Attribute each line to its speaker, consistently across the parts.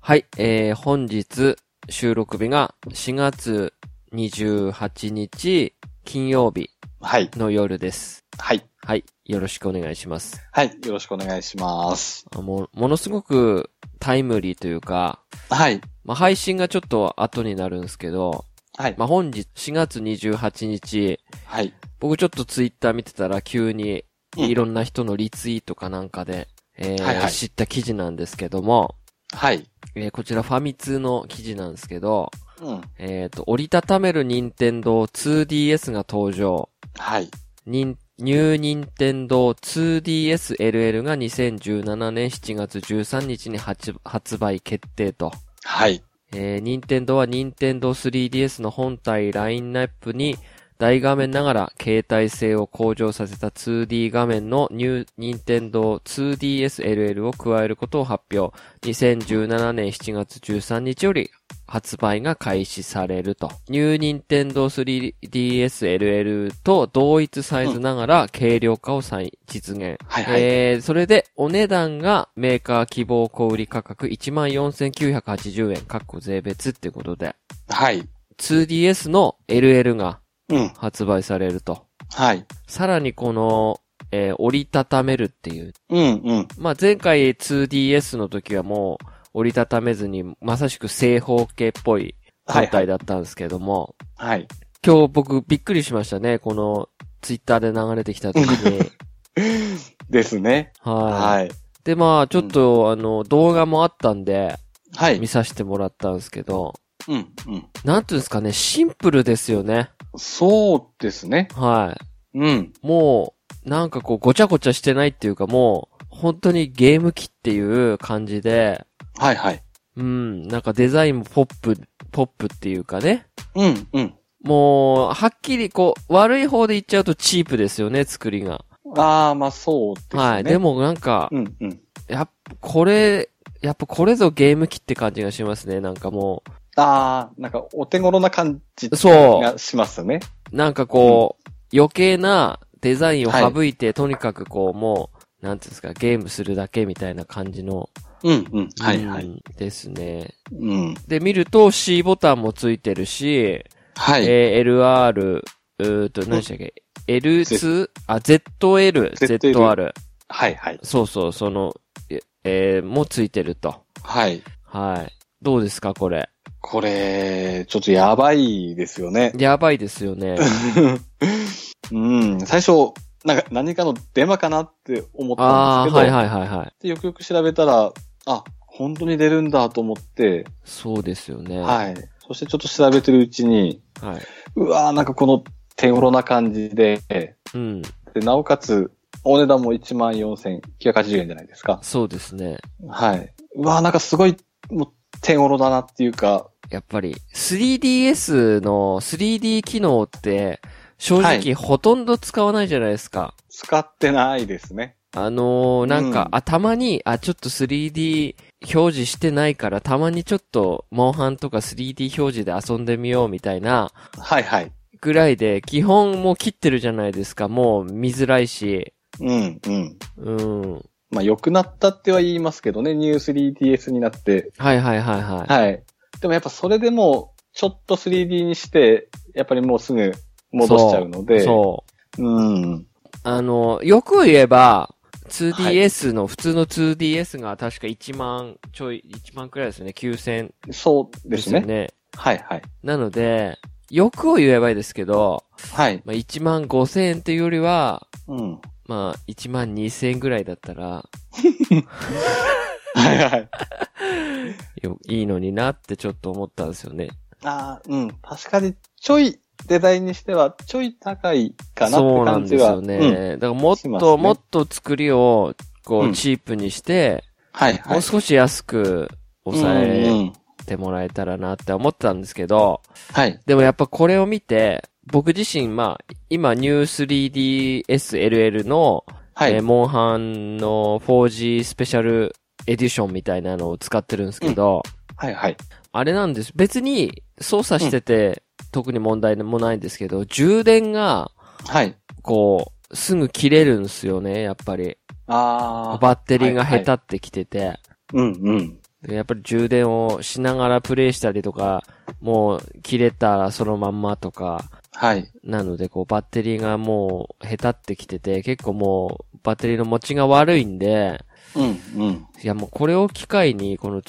Speaker 1: はい、えー、本日収録日が4月28日金曜日
Speaker 2: はい。
Speaker 1: の夜です。
Speaker 2: はい。
Speaker 1: はい、よろしくお願いします。
Speaker 2: はい。よろしくお願いします。
Speaker 1: あもうものすごくタイムリーというか、
Speaker 2: はい。
Speaker 1: まあ、配信がちょっと後になるんですけど、
Speaker 2: はい。
Speaker 1: まあ、本日4月28日、
Speaker 2: はい。
Speaker 1: 僕ちょっとツイッター見てたら急に
Speaker 2: うん
Speaker 1: いろんな人のリツイートかなんかで、えー
Speaker 2: はいはい
Speaker 1: 知った記事なんですけども、
Speaker 2: はい。
Speaker 1: えーこちらファミ通の記事なんですけど、
Speaker 2: うん。
Speaker 1: えっ、と、折りたためる任天堂 2DS が登場。
Speaker 2: はい。
Speaker 1: ニンニュー任天堂 2DSLL が2017年7月13日に発発売決定と。
Speaker 2: はい。
Speaker 1: えー、任天堂は任天堂 3DS の本体ラインナップに大画面ながら携帯性を向上させた 2D 画面のニュー任天堂 2DSLL を加えることを発表。2017年7月13日より発売が開始されると。ニュー任天堂 3DSLL と同一サイズながら軽量化を再実現。
Speaker 2: はいはい
Speaker 1: えー、それで、お値段がメーカー希望小売価格14,980円、かっこ税別っていうことで、
Speaker 2: はい。
Speaker 1: 2DS の LL が
Speaker 2: うん。
Speaker 1: 発売されると。
Speaker 2: はい。
Speaker 1: さらにこの、えー折りたためるっていう。
Speaker 2: うん。うん。
Speaker 1: まあ、前回 2DS の時はもう、折りたためずに、まさしく正方形っぽい
Speaker 2: は
Speaker 1: 本
Speaker 2: い
Speaker 1: 体だったんですけども、
Speaker 2: はい。
Speaker 1: 今日僕びっくりしましたね、この、ツイッターで流れてきた時 に。
Speaker 2: ですね。
Speaker 1: はい。
Speaker 2: はい。
Speaker 1: で、まあ、ちょっと、あの、動画もあったんで、
Speaker 2: はい
Speaker 1: 見。させてもらったんですけど、
Speaker 2: うん。うん。
Speaker 1: なんていうんですかね、シンプルですよね。
Speaker 2: そうですね。
Speaker 1: はい。
Speaker 2: うん。
Speaker 1: もう、なんかこう、ごちゃごちゃしてないっていうか、もう、本当にゲーム機っていう感じで、
Speaker 2: はいはい。
Speaker 1: うん、なんかデザインもポップ、ポップっていうかね。
Speaker 2: うん。うん。
Speaker 1: もう、はっきりこう、悪い方で言っちゃうとチープですよね、作りが。
Speaker 2: ああ、まあそうですね。
Speaker 1: はい。で。もなんか
Speaker 2: う、ん。うん。
Speaker 1: やっぱ、これ、やっぱこれぞゲーム機って感じがしますね、なんかも
Speaker 2: ああ、なんかお手頃な感じ
Speaker 1: う。そう。
Speaker 2: がしますね。
Speaker 1: なんかこう、余計なデザインを省いて、とにかくこう、もう、なんていうんですか、ゲームするだけみたいな感じの、
Speaker 2: うん。うん。はいは
Speaker 1: う
Speaker 2: い。
Speaker 1: んですね。
Speaker 2: うん。
Speaker 1: で、見ると C ボタンもついてるし、
Speaker 2: はい。
Speaker 1: えー LR、うーっと、何でしたっけ、L2? あ、ZL、
Speaker 2: ZL
Speaker 1: ZR。
Speaker 2: はいはい。
Speaker 1: そうそう、その、ええーもついてると。
Speaker 2: はい。
Speaker 1: はい。どうですか、これ。
Speaker 2: これ、ちょっとやばいですよね。
Speaker 1: やばいですよね。
Speaker 2: うん、最初、なんか何かのデマかなって思っ
Speaker 1: あ
Speaker 2: たん
Speaker 1: あ、
Speaker 2: ですけど、
Speaker 1: はいはいはいはい。
Speaker 2: でよくよく調べたら、あ、本当に出るんだと思って、
Speaker 1: そうですよね。
Speaker 2: はい。そしてちょっと調べてるうちに、
Speaker 1: はい。
Speaker 2: うわーなんかこの手頃な感じで、で
Speaker 1: うん。
Speaker 2: なおかつ、お値段も14,980円じゃないですか。
Speaker 1: そうですね。
Speaker 2: はい。うわーなんかすごい、もう手頃だなっていうか、
Speaker 1: やっぱり 3DS の 3D 機能って正
Speaker 2: は
Speaker 1: 直
Speaker 2: い
Speaker 1: ほとんど使わないじゃないですか。
Speaker 2: 使ってないですね。
Speaker 1: あのー、なんか、
Speaker 2: うん
Speaker 1: あ、たまに、あ、ちょっと 3D 表示してないから、たまにちょっと、モンハンとか 3D 表示で遊んでみようみたいな、
Speaker 2: はいはい。
Speaker 1: ぐらいで、基本もう切ってるじゃないですか。もう見づらいし。
Speaker 2: うん、うん。
Speaker 1: うん。
Speaker 2: まあ良くなったっては言いますけどね、ニュー 3DS になって、
Speaker 1: はいはいはいはい。
Speaker 2: はい。でもやっぱそれでも、ちょっと 3D にして、やっぱりもうすぐ戻しちゃうので。。
Speaker 1: そう
Speaker 2: うん。
Speaker 1: う。あのー、よく言えば、
Speaker 2: はい
Speaker 1: 2DS の、普通の 2DS が確か1万ちょい、1万くらいですね。9000
Speaker 2: そうですね。
Speaker 1: よね。
Speaker 2: はいはい。
Speaker 1: なので、欲を言えばいいですけど、
Speaker 2: はい。
Speaker 1: まあ、1万5千円っていうよりは、
Speaker 2: うん。
Speaker 1: まあ、1万2千円ぐらいだったら、
Speaker 2: はいはい。
Speaker 1: よ、いいのになってちょっと思ったんですよね。
Speaker 2: ああ、うん。確かに、ちょい、デザインにしては、ちょい高いかな
Speaker 1: そう
Speaker 2: って
Speaker 1: な
Speaker 2: 感
Speaker 1: んで
Speaker 2: じ
Speaker 1: す
Speaker 2: は。
Speaker 1: よね。だからもっ
Speaker 2: し
Speaker 1: と、
Speaker 2: ますね
Speaker 1: もっと作りを、こ
Speaker 2: う
Speaker 1: う、
Speaker 2: ん
Speaker 1: チープにして、
Speaker 2: はいはい。
Speaker 1: もう少し安く抑
Speaker 2: うんう
Speaker 1: え
Speaker 2: ん
Speaker 1: てもらえたらなって思ってたんですけど、
Speaker 2: はい。
Speaker 1: でもやっぱこれを見て、僕自身、まあ、今、ニュー 3DSLL の、
Speaker 2: はい。
Speaker 1: えーモンハンの 4G スペシャルエディションみたいなのを使ってるんですけど、
Speaker 2: はいはい。
Speaker 1: あれなんです。別に操作してて、特に問題もないんですけど、充電が、
Speaker 2: はい。
Speaker 1: こう、すぐ切れるんですよね、やっぱり。
Speaker 2: ああ。
Speaker 1: バッテリーが下手ってきてて。
Speaker 2: うんうん。
Speaker 1: でやっぱり充電をしながらプレイしたりとか、もう切れたらそのまんまとか、
Speaker 2: はい。
Speaker 1: なので、こう、バッテリーがもう、下手ってきてて、結構もう、バッテリーの持ちが悪いんで、
Speaker 2: うん、うん。
Speaker 1: いや、もうこれを機会に、この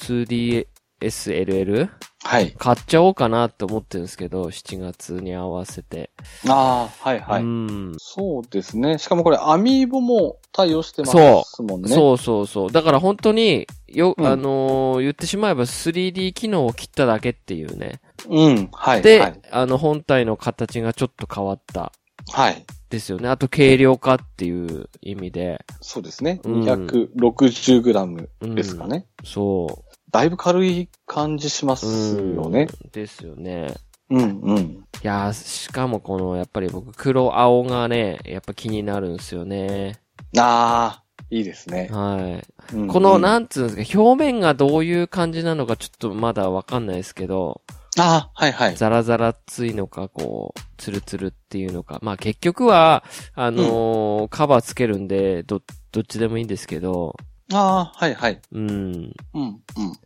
Speaker 1: 2DSLL
Speaker 2: はい。
Speaker 1: 買っちゃおうかなと思ってるんですけど、7月に合わせて。
Speaker 2: ああ、はい、はい。
Speaker 1: うん。
Speaker 2: そうですね。しかもこれ、アミーボも対応してますもんね。
Speaker 1: そうそうそう。だから本当に、よ、
Speaker 2: うん
Speaker 1: あのー言ってしまえば 3D 機能を切っただけっていうね。
Speaker 2: う。うん、はい。
Speaker 1: で、
Speaker 2: はい。
Speaker 1: あの、本体の形がちょっと変わった。
Speaker 2: はい。
Speaker 1: ですよね。あと、軽量化っていう意味で。
Speaker 2: そうですね。
Speaker 1: うん
Speaker 2: 260g ですかね。
Speaker 1: そ
Speaker 2: だいぶ軽い感じします
Speaker 1: う。うん。
Speaker 2: よね。。
Speaker 1: ですよね。
Speaker 2: うん、うん。
Speaker 1: いやー、しかもこの、やっぱり僕、黒青がね、やっぱ気になるんですよね。
Speaker 2: ああ、いいですね。
Speaker 1: はい。
Speaker 2: うん
Speaker 1: この、
Speaker 2: うん
Speaker 1: なんつうんですか、表面がどういう感じなのかちょっとまだわかんないですけど、
Speaker 2: ああ、はい、はい。
Speaker 1: ザラザラついのか、こう、ツルツルっていうのか。まあ結局は、あのーカバーつけるんで、ど、どっちでもいいんですけど、
Speaker 2: ああ、はい、はい。
Speaker 1: うん。
Speaker 2: うん、うん。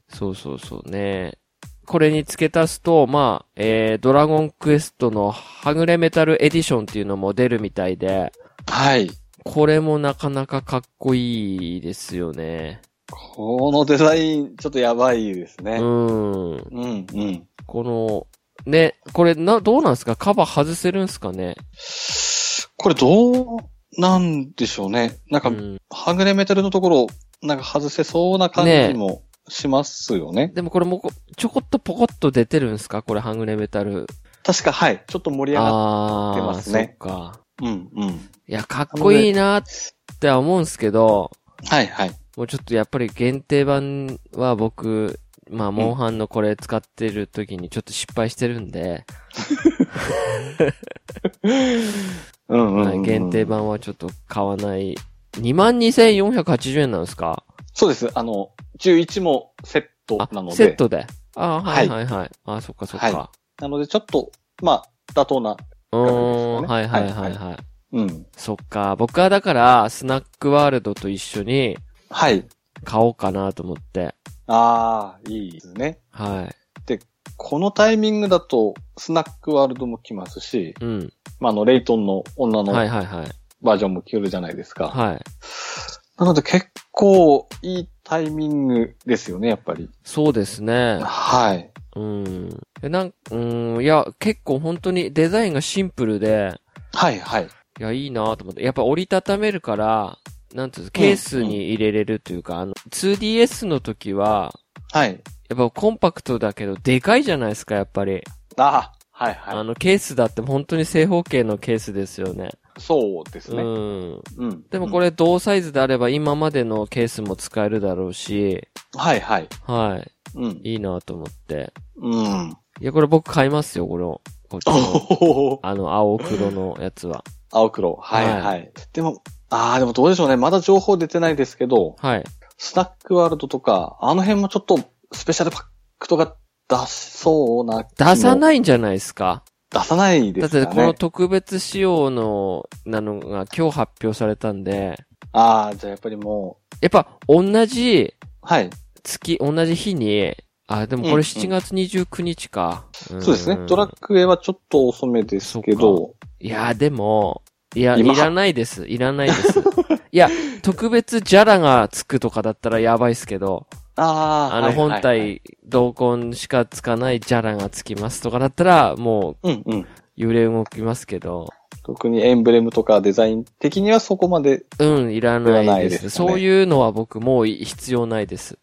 Speaker 1: そうそうそうね。これに付け足すと、まあ、えー、ドラゴンクエストのはぐれメタルエディションっていうのも出るみたいで、
Speaker 2: はい。
Speaker 1: これもなかなかかっこいいですよね。
Speaker 2: このデザイン、ちょっとやばいです
Speaker 1: う
Speaker 2: ね。
Speaker 1: ん。
Speaker 2: うん、うん。
Speaker 1: この、ね、これな、どうなんですかカバー外せるんすかね
Speaker 2: これどうなんでしょうね。な
Speaker 1: う
Speaker 2: んか、
Speaker 1: ん。
Speaker 2: はぐれメタルのところ、なんか外せそうな感じもしますよね。
Speaker 1: でもこれもこちょこっとポコッと出てるんすかこれ、ハングレメタル。
Speaker 2: 確か、はい。ちょっと盛り上がっ
Speaker 1: あ
Speaker 2: 出
Speaker 1: あ
Speaker 2: ますね
Speaker 1: そっか。
Speaker 2: うん、うん。
Speaker 1: いや、かっこいいなっては思うんすけど、
Speaker 2: はい、はい。
Speaker 1: もうちょっとやっぱり限定版は僕、まあ、モンハンのこれ使ってる時にちょっと失敗してるんで、
Speaker 2: うん、うん、
Speaker 1: は
Speaker 2: う
Speaker 1: い
Speaker 2: ん。
Speaker 1: 限定。版はちょっと買わない。22,480円なんですか
Speaker 2: そうです。あの、11もセット
Speaker 1: あ
Speaker 2: なので。
Speaker 1: セットで。あはいはいはい。あそっかそっか。
Speaker 2: はなので、ちょっと、まあ、妥当な。
Speaker 1: うーん、
Speaker 2: は
Speaker 1: はいい
Speaker 2: は
Speaker 1: はいい
Speaker 2: は
Speaker 1: は
Speaker 2: い
Speaker 1: いはい。
Speaker 2: うん。
Speaker 1: そっか。僕はだから、スナックワールドと一緒に
Speaker 2: はい。
Speaker 1: 買おうかなと思って。
Speaker 2: ああ、いいですね。
Speaker 1: は
Speaker 2: このタイミングだと、スナックワールドも来ますし、
Speaker 1: い。うん。
Speaker 2: まあ、あの、レイトンの女の
Speaker 1: はいはいはい。
Speaker 2: バージョンも来るじゃないですか。
Speaker 1: はい。
Speaker 2: なので、結構いいタイミングですよね、やっぱり。
Speaker 1: そうですね。
Speaker 2: はい。
Speaker 1: うん。えなん、うん、いや、結構本当にデザインがシンプルで、
Speaker 2: はい、はい。
Speaker 1: いや、いいなと思って。やっぱ折りたためるから、なんていうんですケースに入れれるというか、あの、2DS の時は、
Speaker 2: はい。
Speaker 1: やっぱコンパクトだけど、でかいじゃないですか、やっぱり。
Speaker 2: ああ、はい、
Speaker 1: あ
Speaker 2: は
Speaker 1: の、ケースだって本当に正方形のケースですよね。
Speaker 2: い。そうです
Speaker 1: う
Speaker 2: ね。
Speaker 1: ん。
Speaker 2: うん。
Speaker 1: でもこれ同サイズであれば今までのケースも使えるだろうし、
Speaker 2: うん。はい、はい。
Speaker 1: は
Speaker 2: うん。
Speaker 1: い。いいなと思って。
Speaker 2: うん。
Speaker 1: いや、これ僕買いますよ、これを。こっち
Speaker 2: お
Speaker 1: の。
Speaker 2: お
Speaker 1: あの、青黒のやつは。
Speaker 2: 青黒。はい、
Speaker 1: はい
Speaker 2: はい。でも、ああ、でもどうでしょうね。まだ情報出てないですけど、
Speaker 1: はい。
Speaker 2: スナックワールドとか、あの辺もちょっとスペシャルパックとか出しそうな気も。
Speaker 1: 出さ
Speaker 2: い
Speaker 1: ないんじゃないですか。
Speaker 2: 出さないで
Speaker 1: だっ
Speaker 2: すかね。
Speaker 1: てこの特別仕様の、なのが今日発表されたんで、
Speaker 2: ああ、じゃあやっぱりも
Speaker 1: やっぱ同じ
Speaker 2: う、はい。
Speaker 1: 月、同じ日に、あ、でも
Speaker 2: うん
Speaker 1: こ
Speaker 2: う
Speaker 1: れ
Speaker 2: ん
Speaker 1: 7月29日か。
Speaker 2: そうですね。ドラクエはちょっと遅めですけ
Speaker 1: そ
Speaker 2: ど、
Speaker 1: いやーでも、いや、い
Speaker 2: 今
Speaker 1: らないです。いらないです。 いや、特別ジャラがつくとかだったらやばいっすけど、
Speaker 2: ああ、
Speaker 1: あの
Speaker 2: はいはいは
Speaker 1: 本
Speaker 2: い。
Speaker 1: 体、同梱しかつかないジャラがつきますとかだったら、も
Speaker 2: うんうん。
Speaker 1: う揺れ動きますけど、
Speaker 2: 特にエンブレムとかデザイン的にはそこまで、
Speaker 1: うん、いらない
Speaker 2: いらない
Speaker 1: で
Speaker 2: です
Speaker 1: す。
Speaker 2: かね
Speaker 1: そういうのは僕もう必要ない です。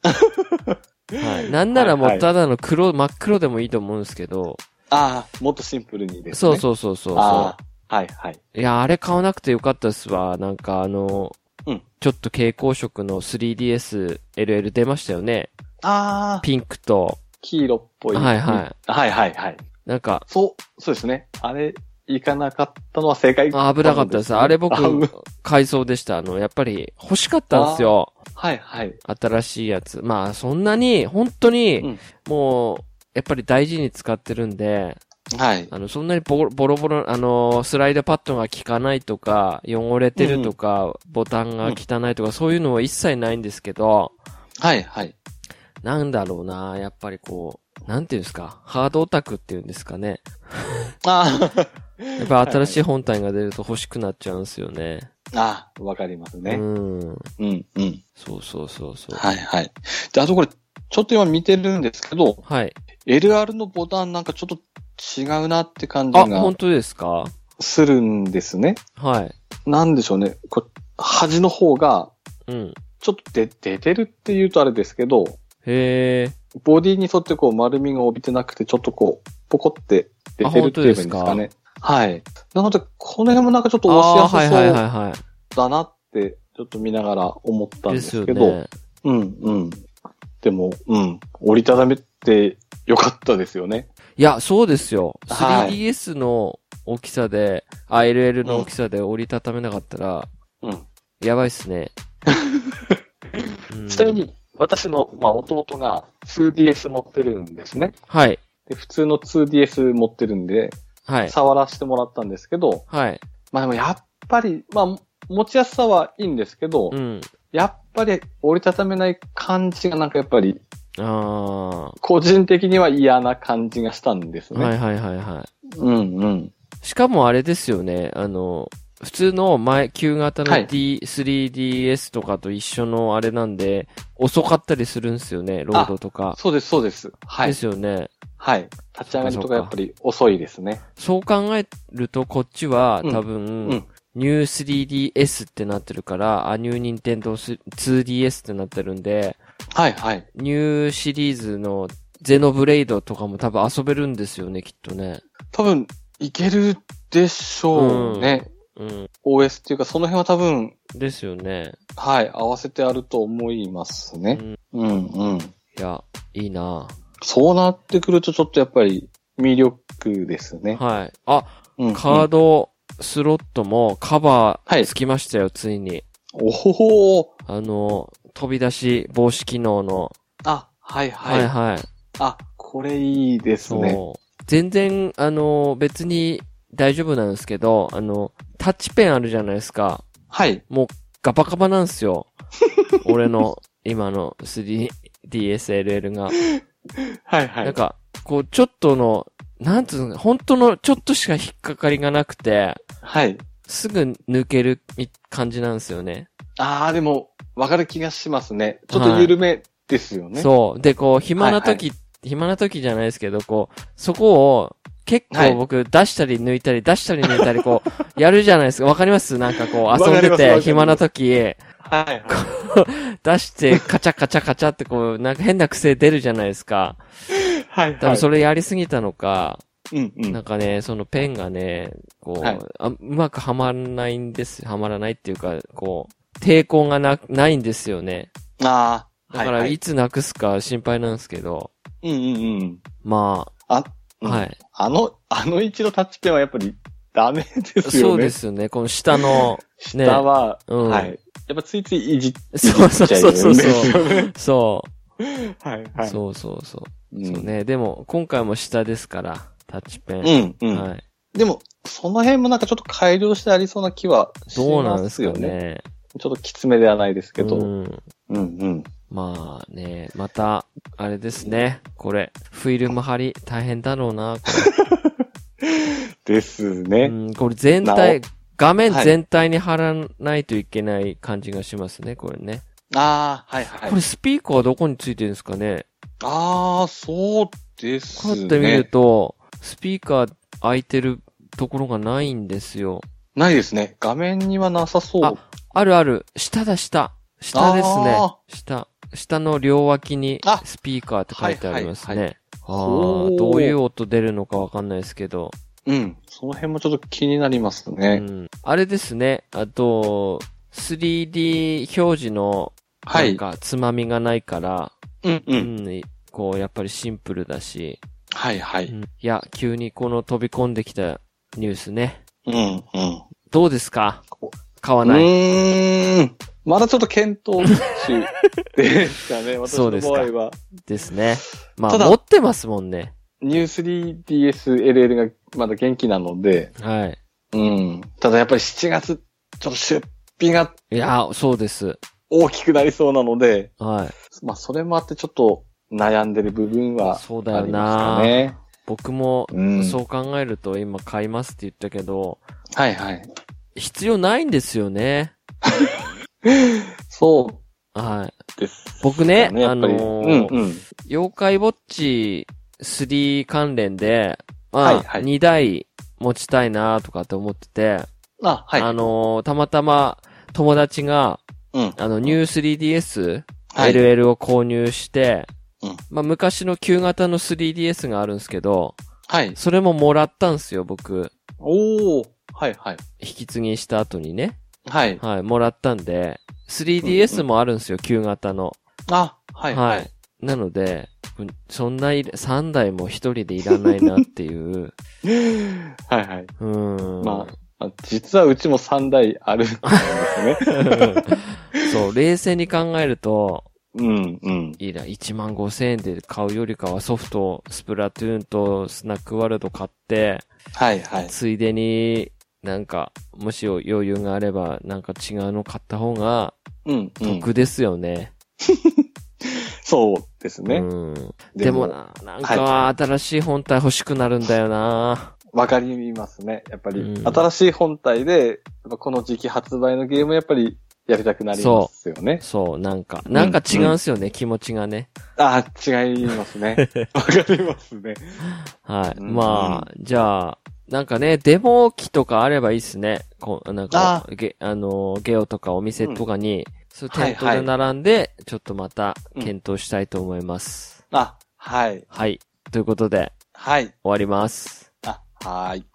Speaker 1: はい。なんならも
Speaker 2: はいは
Speaker 1: う
Speaker 2: い
Speaker 1: ただの黒、真っ黒でもいいと思うんですけど、
Speaker 2: ああ、もっとシンプルにですね。
Speaker 1: そう
Speaker 2: う
Speaker 1: そうそうそうそ
Speaker 2: ああ、はいはい。
Speaker 1: う。いや、あれ買わなくてよかったっすわ。なんかあの、
Speaker 2: うん
Speaker 1: ちょっと蛍光色の 3DSLL 出ましたよね。
Speaker 2: ああ、
Speaker 1: ピンクと、
Speaker 2: 黄色っぽい。。
Speaker 1: はいはい
Speaker 2: はいはいはい。
Speaker 1: なんか、
Speaker 2: そう、そうですね。あれ、行かなかったのは正解。
Speaker 1: あ危なかったです。あれ僕
Speaker 2: あぶ、
Speaker 1: 買いそうでした。あの、やっぱり欲しかったんですよ。
Speaker 2: はいはい。
Speaker 1: 新しいやつ。まあ、そんなに、本当
Speaker 2: う
Speaker 1: に
Speaker 2: ん、
Speaker 1: もう、やっぱり大事に使ってるんで、
Speaker 2: はい。
Speaker 1: あの、そんなにボロボロボロ、あの、スライドパッドが効かないとか、汚れてるとか、ボタンが汚いとか、そういうのは一切ないんですけど、
Speaker 2: はいはい。
Speaker 1: なんだろうな、やっぱりこう、なんていうんですか、ハードオタクっていうんですかね。
Speaker 2: ああ、
Speaker 1: やっぱ新しい本体が出ると欲しくなっちゃうんですよね。
Speaker 2: ああ、わかりますね。
Speaker 1: うん。
Speaker 2: うん、うん。
Speaker 1: そうそうそうそう。
Speaker 2: はい、はい。で、あとこれ、ちょっと今見てるんですけど、
Speaker 1: はい。
Speaker 2: LR のボタンなんかちょっと違うなって感じ
Speaker 1: あ、
Speaker 2: が
Speaker 1: 本当ですか
Speaker 2: するんですね。
Speaker 1: はい。
Speaker 2: なんでしょうね。これ端の方が、
Speaker 1: うん。
Speaker 2: ちょっと出出てるって言うとあれですけど、
Speaker 1: へえ。
Speaker 2: ボディに沿ってこう丸みが帯びてなくて、ちょっとこう、ポコって出てるって言えばいいんですかね。はい。なので、この辺もなんかちょっと
Speaker 1: あ
Speaker 2: 押
Speaker 1: あー、
Speaker 2: し
Speaker 1: は
Speaker 2: や
Speaker 1: い
Speaker 2: す
Speaker 1: はい
Speaker 2: そう
Speaker 1: はいは
Speaker 2: だなって、ちょっと見ながら思ったん
Speaker 1: い。
Speaker 2: で
Speaker 1: です
Speaker 2: す
Speaker 1: よ
Speaker 2: けど、
Speaker 1: ね。
Speaker 2: うんうん。でも、うん。折りたためってよかったですよね。
Speaker 1: いや、そうですよ。
Speaker 2: はい
Speaker 1: 3DS の大きさで、あ LL の大きさで折りたためなかったら、
Speaker 2: うん。
Speaker 1: やばいっす ね。うん
Speaker 2: ちなみに、私の、まあ、弟が 2DS 持ってるんですね。
Speaker 1: はい。
Speaker 2: で、普通の 2DS 持ってるんで、
Speaker 1: はい。
Speaker 2: 触らせてもらったんですけど、
Speaker 1: はい。
Speaker 2: まあでもやっぱり、まあ、持ちやすさはいいんですけど、
Speaker 1: うん。
Speaker 2: やっぱり折りたためない感じがなんかやっぱり、
Speaker 1: あ
Speaker 2: 個人的には嫌な感じがしたんです
Speaker 1: あ。
Speaker 2: ね。
Speaker 1: はいはいはいは
Speaker 2: うんうん。
Speaker 1: い。しかもあれですよね、あの、普通の前、旧型
Speaker 2: は
Speaker 1: の
Speaker 2: い
Speaker 1: D、3DS とかと一緒のあれなんで、遅かったりするんですよね、ロードとか。
Speaker 2: そうです、そうです。は
Speaker 1: で
Speaker 2: い。
Speaker 1: すよね。
Speaker 2: はい。立ち上がりとかやっぱり遅いですね。
Speaker 1: そう考えると、こっちは
Speaker 2: うん
Speaker 1: 多分、
Speaker 2: うん
Speaker 1: New3DS ってなってるから、あ、New Nintendo 2DS ってなってるんで、
Speaker 2: はい、はい。
Speaker 1: ニューシリーズのゼノブレイドとかも多分遊べるんですよね、きっとね。
Speaker 2: 多分、いけるでしょうね。
Speaker 1: うん。
Speaker 2: OS っていうか、その辺は多分、
Speaker 1: ですよね。
Speaker 2: はい、合わせてあると思いますね。うん、うん。
Speaker 1: いや、いいな
Speaker 2: そうなってくるとちょっとやっぱり魅力ですね。
Speaker 1: はい。あ、
Speaker 2: うんうん
Speaker 1: カードスロットもカバ
Speaker 2: は
Speaker 1: ー
Speaker 2: い
Speaker 1: つきましたよ、ついに。
Speaker 2: おほほー
Speaker 1: あの、飛び出し防止機能の。
Speaker 2: あ、はいは。
Speaker 1: はいいはい。
Speaker 2: あ、これいいですね。
Speaker 1: そう。全然、あの、別に大丈夫なんですけど、あの、タッチペンあるじゃないですか。
Speaker 2: はい。
Speaker 1: ガバガバなんです よ。俺の、今の 3DSLL が。
Speaker 2: はいは
Speaker 1: なんか、こう、ちょっとの、なんつうの、本当のちょっとしか引っかかりがなくて、
Speaker 2: はい。
Speaker 1: すぐ抜けるみ感じなんですよね。
Speaker 2: あー、でも、わかる気がしますね。ちょっと緩めですよね。
Speaker 1: そう。で、こう、暇な時、
Speaker 2: は
Speaker 1: 暇な時じゃないですけど、こう、そこを、結
Speaker 2: はい
Speaker 1: 構僕、出したり抜いたり、出したり抜いたり、こう、 やるじゃないですか。わかりますなんかこ
Speaker 2: わ
Speaker 1: う、
Speaker 2: か
Speaker 1: 遊
Speaker 2: りま
Speaker 1: ん
Speaker 2: す
Speaker 1: で
Speaker 2: わかりま
Speaker 1: て、
Speaker 2: す
Speaker 1: 暇な時、
Speaker 2: はいはい。
Speaker 1: 出して、カチャカチャカチャってこう、なんか変な癖出るじゃないですか。
Speaker 2: はい
Speaker 1: 多
Speaker 2: は
Speaker 1: 分
Speaker 2: い。
Speaker 1: それやりすぎたのか、
Speaker 2: うんう
Speaker 1: なん
Speaker 2: ん。
Speaker 1: かね、そのペンがね、こう、
Speaker 2: はい
Speaker 1: あうまくはまらないんです。はまらないっていうか、こう、抵抗がな、ないんですよね。
Speaker 2: あー、
Speaker 1: だか
Speaker 2: は
Speaker 1: ら、
Speaker 2: いはい
Speaker 1: つなくすか心配なんですけど、
Speaker 2: い、うんうんうん。
Speaker 1: ま
Speaker 2: あ、
Speaker 1: あ、
Speaker 2: うん
Speaker 1: はい。
Speaker 2: あの、あの位置のタッチペンはやっぱりダメですよね。
Speaker 1: そうで。すよね。この下の、ね
Speaker 2: 下は、
Speaker 1: うん
Speaker 2: はい。やっぱついついいじっ
Speaker 1: そうそう
Speaker 2: ちゃい
Speaker 1: そ
Speaker 2: る
Speaker 1: うそうん
Speaker 2: です
Speaker 1: そう。
Speaker 2: よね。
Speaker 1: そ
Speaker 2: はいは
Speaker 1: う。
Speaker 2: い。
Speaker 1: そうそうそう。
Speaker 2: うん
Speaker 1: そうね。でも、今回も下ですから、タッチペン。
Speaker 2: うんうん。
Speaker 1: はい。
Speaker 2: でも、その辺もなんかちょっと改良してありそうな気はし
Speaker 1: どうな
Speaker 2: ま
Speaker 1: んです
Speaker 2: す
Speaker 1: か
Speaker 2: よ
Speaker 1: ね。
Speaker 2: ね。ちょっときつめではないですけど。う
Speaker 1: う
Speaker 2: ん、
Speaker 1: ん
Speaker 2: うん、
Speaker 1: まあね、また、あれですね。これ、フィルム貼り、大変だろうな。
Speaker 2: です
Speaker 1: う
Speaker 2: ね。
Speaker 1: ん、これ全体、画面全体に貼らないといけない感じがしますね、これね。
Speaker 2: ああ、はいはい。
Speaker 1: これスピーカーどこについてるんですかね
Speaker 2: ああ、そうです
Speaker 1: こう
Speaker 2: ね。
Speaker 1: やって見ると、スピーカー開いてるところがないんですよ。
Speaker 2: ないですね。画面にはなさそう。
Speaker 1: ああるある、下だ、下。下ですね
Speaker 2: あ。
Speaker 1: 下。下の両脇に
Speaker 2: あ
Speaker 1: スピーカーって書いてあります
Speaker 2: はいは
Speaker 1: ね。あ
Speaker 2: お
Speaker 1: あ、
Speaker 2: ー
Speaker 1: どういう音出るのかわかんないですけど。
Speaker 2: うん。その辺もちょっと気になります
Speaker 1: う
Speaker 2: ね。
Speaker 1: ん。あれですね。あと、3D 表示の、
Speaker 2: は
Speaker 1: なん
Speaker 2: い。
Speaker 1: か、つまみがないから、
Speaker 2: うんう。
Speaker 1: うんん、こう、やっぱりシンプルだし、
Speaker 2: はいは
Speaker 1: う
Speaker 2: い。
Speaker 1: んいや、急にこの飛び込んできたニュースね。
Speaker 2: うんうん。
Speaker 1: どうですか
Speaker 2: こ
Speaker 1: 買
Speaker 2: う
Speaker 1: わない。
Speaker 2: ーん。まだちょっと検討中ですかね。私
Speaker 1: そう
Speaker 2: の
Speaker 1: です
Speaker 2: 場
Speaker 1: か
Speaker 2: 合は。
Speaker 1: ですね。まあ、
Speaker 2: ただ
Speaker 1: 持ってますもんね。
Speaker 2: ニュー 3DSLL がまだ元気なので、
Speaker 1: はい。
Speaker 2: うん。ただやっぱり7月、ちょっと出費が
Speaker 1: いや、そうです。
Speaker 2: 大きくなりそうなので、
Speaker 1: はい。
Speaker 2: まあそれもあってちょっと悩んでる部分は
Speaker 1: そうだ
Speaker 2: あ
Speaker 1: よ
Speaker 2: り
Speaker 1: な
Speaker 2: ましたね。
Speaker 1: 僕も、
Speaker 2: うん
Speaker 1: そう考えると今買いますって言ったけど、
Speaker 2: はいはい。
Speaker 1: 必要ないんですよね。
Speaker 2: そ
Speaker 1: はい。
Speaker 2: うです、
Speaker 1: 僕ね
Speaker 2: やっぱり
Speaker 1: あのー
Speaker 2: うんうん。
Speaker 1: 妖怪ウォッチ3関連で、まあ、
Speaker 2: はいはい
Speaker 1: 2台持ちたいなとかって思ってて、
Speaker 2: あ、はい。
Speaker 1: あのーたまたま友達が、
Speaker 2: うん。
Speaker 1: あの、ニュー 3DS、
Speaker 2: はい。
Speaker 1: LL を購入して、
Speaker 2: うん
Speaker 1: まあ、昔の旧型の 3DS があるんですけど、
Speaker 2: はい。
Speaker 1: それももらったんですよ、僕。
Speaker 2: おー。はいはい。
Speaker 1: 引き継ぎした後にね。
Speaker 2: はい。
Speaker 1: はい、もらったんで、
Speaker 2: うんう
Speaker 1: 3DS
Speaker 2: ん
Speaker 1: もあるんですよ、旧型の。
Speaker 2: あ、はいはい。
Speaker 1: はいなので、うんそんないら、3台も一人でいらないなっていう。
Speaker 2: はいはい。
Speaker 1: うーん。
Speaker 2: まあ、実はうちも3台あ るんですね。
Speaker 1: そう、冷静に考えると、
Speaker 2: うんうん。
Speaker 1: いいな、1万5千円で買うよりかはソフト、スプラトゥーンとスナックワールド買って、
Speaker 2: はいはい。
Speaker 1: ついでに、なんか、もし余裕があれば、なんか違うの買った方が
Speaker 2: うんうん。
Speaker 1: 得ですよね。
Speaker 2: そうです
Speaker 1: う
Speaker 2: ね。
Speaker 1: ん。でもな、なんか、
Speaker 2: は
Speaker 1: 新しい本体欲しくなるんだよな。
Speaker 2: わかりますね。やっぱり、
Speaker 1: うん
Speaker 2: 新しい本体で、やっぱこの時期発売のゲームやっぱりやりたくなりますよね。
Speaker 1: そう、なんか、
Speaker 2: うん
Speaker 1: なんか違うんすよね、気持ちがね。
Speaker 2: ああ、違いま すね。わかりますね。
Speaker 1: はい。
Speaker 2: うん
Speaker 1: まあ、じゃあ、なんかね、デモ機とかあればいいっすね。こうなんか、ゲ、あのー、ゲオとかお店とかに、そういう店頭
Speaker 2: はい
Speaker 1: で
Speaker 2: はい
Speaker 1: 並んで、ちょっとまた
Speaker 2: うん
Speaker 1: 検討したいと思います。
Speaker 2: あ、はい。
Speaker 1: はい。ということで、
Speaker 2: はい。
Speaker 1: 終わります。
Speaker 2: あ、はーい。